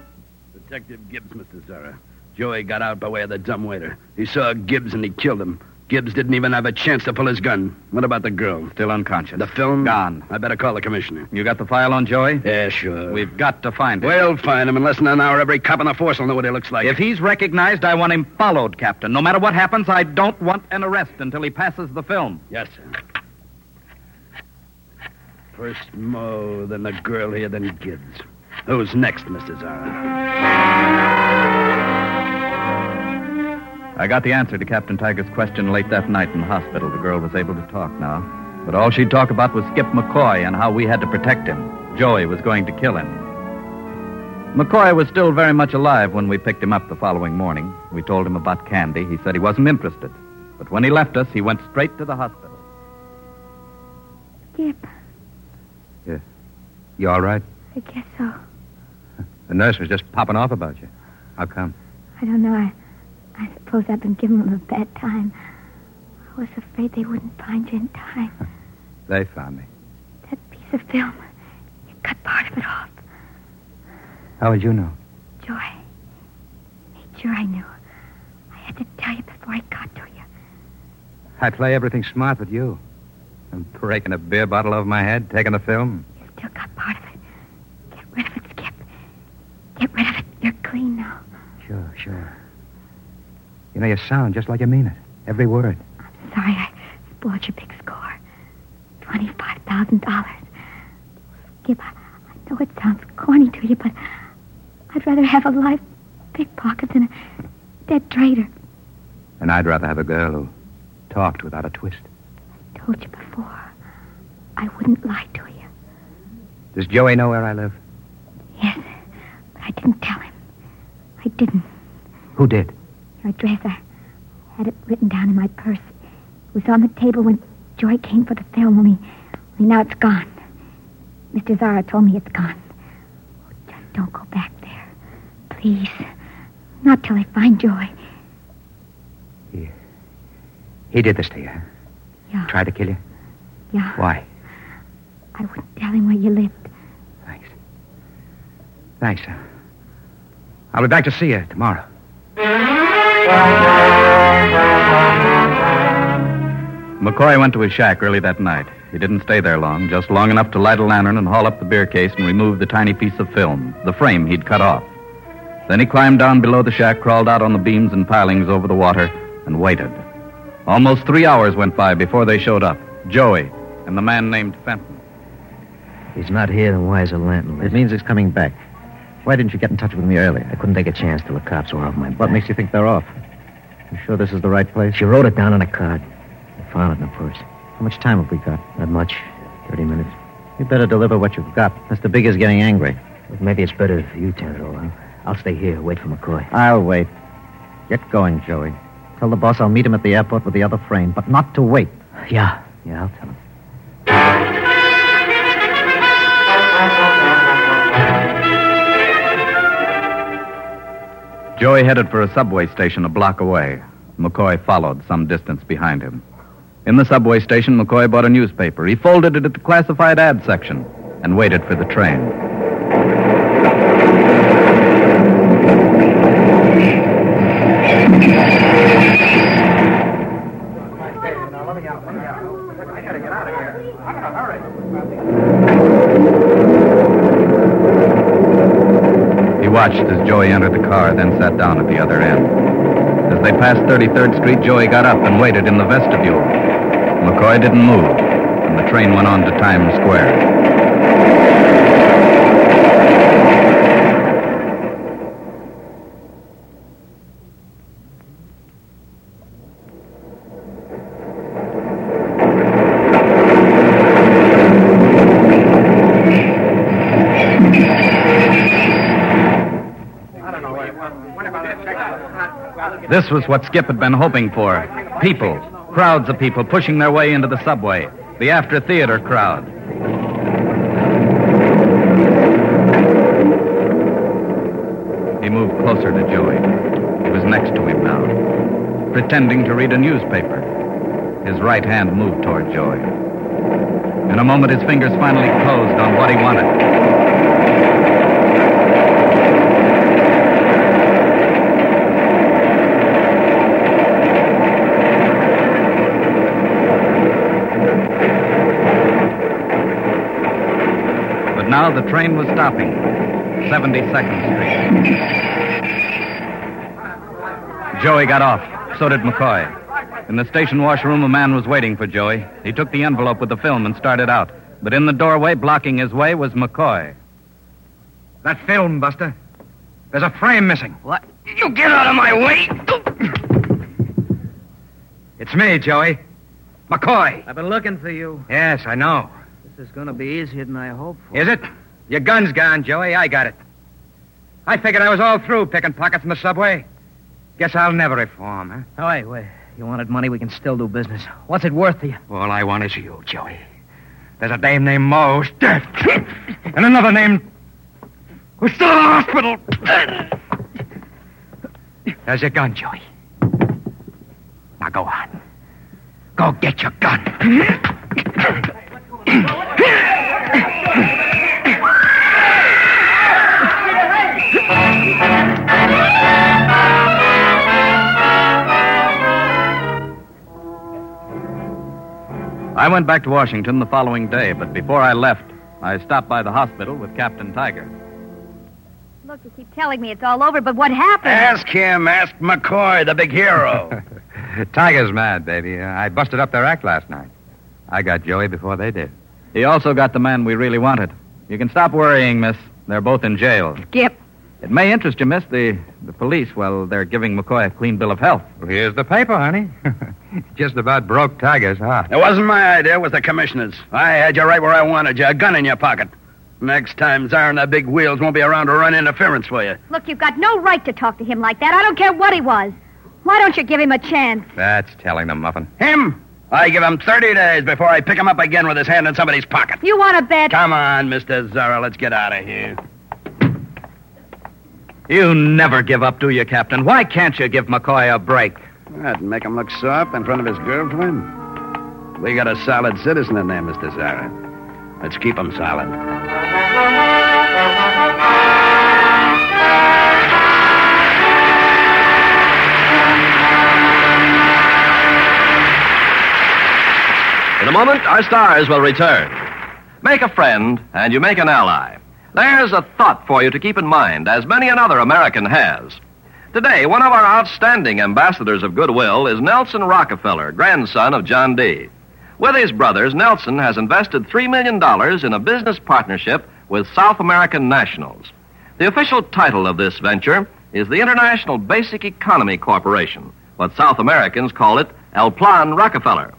I: Detective Gibbs, Mr. Zara. Joey got out by way of the dumbwaiter. He saw Gibbs and he killed him. Gibbs didn't even have a chance to pull his gun. What about the girl?
C: Still unconscious.
I: The film?
C: Gone.
I: I better call the commissioner.
C: You got the file on Joey?
I: Yeah, sure.
C: We've got to find him.
I: We'll find him in less than an hour. Every cop in the force will know what he looks like.
C: If he's recognized, I want him followed, Captain. No matter what happens, I don't want an arrest until he passes the film.
I: Yes, sir. First Mo, then the girl here, then Gibbs. Who's next, Mr. Zara?
C: I got the answer to Captain Tiger's question late that night in the hospital. The girl was able to talk now. But all she'd talk about was Skip McCoy and how we had to protect him. Joey was going to kill him. McCoy was still very much alive when we picked him up the following morning. We told him about Candy. He said he wasn't interested. But when he left us, he went straight to the hospital.
F: Skip,
H: You all right?
F: I guess so.
H: The nurse was just popping off about you. How come?
F: I don't know. I, I suppose I've been giving them a bad time. I was afraid they wouldn't find you in time.
H: They found me.
F: Piece of film. You cut part of it off.
H: How would you know?
F: Joy. Made sure I knew. I had to tell you before I got to you.
H: I play everything smart with you. I'm breaking a beer bottle over my head, taking the film.
F: Still got part of it. Get rid of it, Skip. Get rid of it. You're clean now.
H: Sure, sure. You know, you sound just like you mean it. Every word.
F: Sorry I spoiled your big score. Twenty-five thousand dollars. Skip, I, I know it sounds corny to you, but I'd rather have a live pickpocket than a dead traitor.
H: And I'd rather have a girl who talked without a twist.
F: I told you before. I wouldn't lie to you.
H: Does Joey know where I live?
F: Yes, but I didn't tell him. I didn't.
H: Who did?
F: Your address, I had it written down in my purse. It was on the table when Joy came for the film, only, only now it's gone. Mr. Zara told me it's gone. Oh, Just don't go back there. Please. Not till I find Joy.
H: He did this to you, huh?
F: Yeah.
H: Tried to kill you?
F: Yeah.
H: Why?
F: I wouldn't tell him where you lived.
H: Thanks. sir. I'll be back to see you tomorrow.
C: McCoy went to his shack early that night. He didn't stay there long, just long enough to light a lantern and haul up the beer case and remove the tiny piece of film, the frame he'd cut off. Then he climbed down below the shack, crawled out on the beams and pilings over the water, and waited. Almost three hours went by before they showed up Joey and the man named Fenton.
E: He's not here, then why is a lantern? It means he's coming back. Why didn't you get in touch with me earlier? I couldn't take a chance till the cops were off my back. What makes you think they're off? You sure this is the right place? She wrote it down on a card. I found it in her purse. How much time have we got? Not much. Thirty minutes. You better deliver what you've got. Mr. Big is getting angry. Maybe it's better if you turn it over. I'll stay here, wait for McCoy. I'll wait. Get going, Joey. Tell the boss I'll meet him at the airport with the other frame, but not to wait. Yeah, yeah, I'll tell him.
C: Joey headed for a subway station a block away. McCoy followed some distance behind him. In the subway station, McCoy bought a newspaper. He folded it at the classified ad section and waited for the train.
Q: He watched as Joey entered the car, then sat down at the other end. As they passed 33rd Street, Joey got up and waited in the vestibule. McCoy didn't move, and the train went on to Times Square.
C: This was what Skip had been hoping for people, crowds of people pushing their way into the subway, the after theater crowd.
Q: He moved closer to Joey. He was next to him now, pretending to read a newspaper. His right hand moved toward Joey. In a moment, his fingers finally closed on what he wanted. But now the train was stopping. 72nd Street.
C: Joey got off. So did McCoy. In the station washroom, a man was waiting for Joey. He took the envelope with the film and started out. But in the doorway, blocking his way, was McCoy.
H: That film, Buster. There's a frame missing.
I: What? You get out of my way!
H: It's me, Joey. McCoy.
E: I've been looking for you.
H: Yes, I know.
E: This is going to be easier than I hoped.
H: Is it? Your gun's gone, Joey. I got it. I figured I was all through picking pockets in the subway. Guess I'll never reform, huh?
E: Oh, wait, wait. You wanted money, we can still do business. What's it worth to you?
H: All I want is you, Joey. There's a dame named Mo, who's dead. and another named. who's still in the hospital. There's your gun, Joey. Now go on. Go get your gun.
C: I went back to Washington the following day, but before I left, I stopped by the hospital with Captain Tiger.
F: Look, you keep telling me it's all over, but what happened?
R: Ask him. Ask McCoy, the big
C: [LAUGHS]
R: hero.
Q: Tiger's mad, baby.
C: Uh,
Q: I busted up their act last night. I got Joey before they did.
C: He also got the man we really wanted. You can stop worrying, miss. They're both in jail.
F: Skip.
C: It may interest you, miss. The, the police, well, they're giving McCoy a clean bill of health.
Q: Well, here's the paper, honey. [LAUGHS] Just about broke Tiger's heart.
I: It wasn't my idea, it was the commissioner's. I had you right where I wanted you, a gun in your pocket. Next time, Zara and the big wheels won't be around to run interference for you.
F: Look, you've got no right to talk to him like that. I don't care what he was. Why don't you give him a chance?
Q: That's telling them, Muffin.
I: Him? I give him 30 days before I pick him up again with his hand in somebody's pocket.
F: You want to bet?
I: Come on, Mr. Zara, let's get out of here.
C: You never give up, do you, Captain? Why can't you give McCoy a break?
I: That'd make him look soft in front of his girlfriend. We got a solid citizen in there, Mr. Zara. Let's keep him solid.
A: In a moment, our stars will return. Make a friend, and you make an ally. There's a thought for you to keep in mind, as many another American has. Today, one of our outstanding ambassadors of goodwill is Nelson Rockefeller, grandson of John D. With his brothers, Nelson has invested $3 million in a business partnership with South American nationals. The official title of this venture is the International Basic Economy Corporation, but South Americans call it El Plan Rockefeller.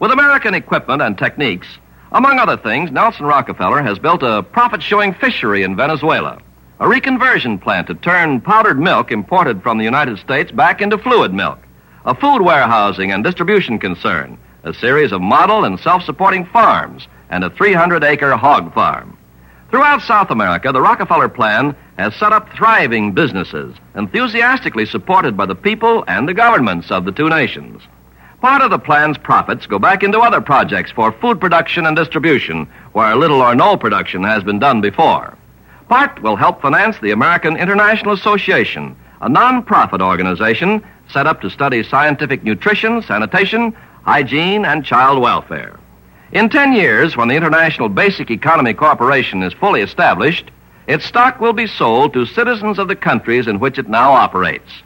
A: With American equipment and techniques, among other things, Nelson Rockefeller has built a profit showing fishery in Venezuela, a reconversion plant to turn powdered milk imported from the United States back into fluid milk, a food warehousing and distribution concern, a series of model and self supporting farms, and a 300 acre hog farm. Throughout South America, the Rockefeller plan has set up thriving businesses, enthusiastically supported by the people and the governments of the two nations. Part of the plan's profits go back into other projects for food production and distribution, where little or no production has been done before. Part will help finance the American International Association, a nonprofit organization set up to study scientific nutrition, sanitation, hygiene, and child welfare. In 10 years, when the International Basic Economy Corporation is fully established, Its stock will be sold to citizens of the countries in which it now operates.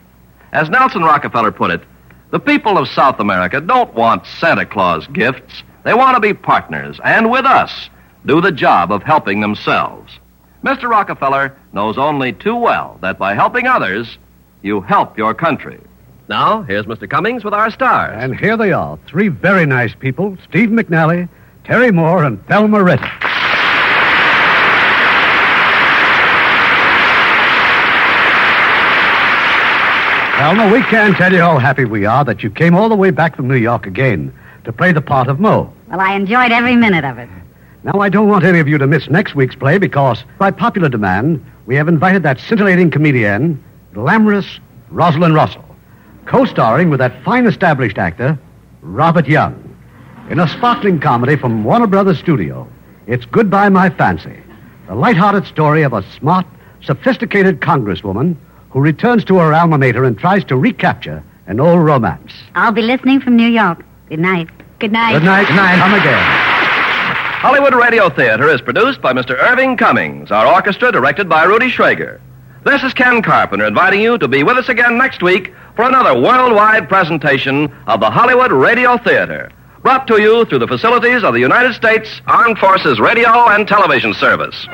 A: As Nelson Rockefeller put it, the people of South America don't want Santa Claus gifts. They want to be partners, and with us, do the job of helping themselves. Mr. Rockefeller knows only too well that by helping others, you help your country. Now, here's Mr. Cummings with our stars.
B: And here they are, three very nice people Steve McNally, Terry Moore, and Thelma Ritter. Thelma, we can't tell you how happy we are that you came all the way back from New York again to play the part of Mo.
J: Well, I enjoyed every minute of it.
B: Now, I don't want any of you to miss next week's play because, by popular demand, we have invited that scintillating comedian, glamorous Rosalind Russell, co starring with that fine established actor, Robert Young, in a sparkling comedy from Warner Brothers Studio. It's Goodbye My Fancy, the light-hearted story of a smart, sophisticated congresswoman who returns to her alma mater and tries to recapture an old romance.
J: I'll be listening from New York. Good night. Good night.
B: Good night. Good night. Come again.
A: Hollywood Radio Theater is produced by Mr. Irving Cummings, our orchestra directed by Rudy Schrager. This is Ken Carpenter inviting you to be with us again next week for another worldwide presentation of the Hollywood Radio Theater, brought to you through the facilities of the United States Armed Forces Radio and Television Service.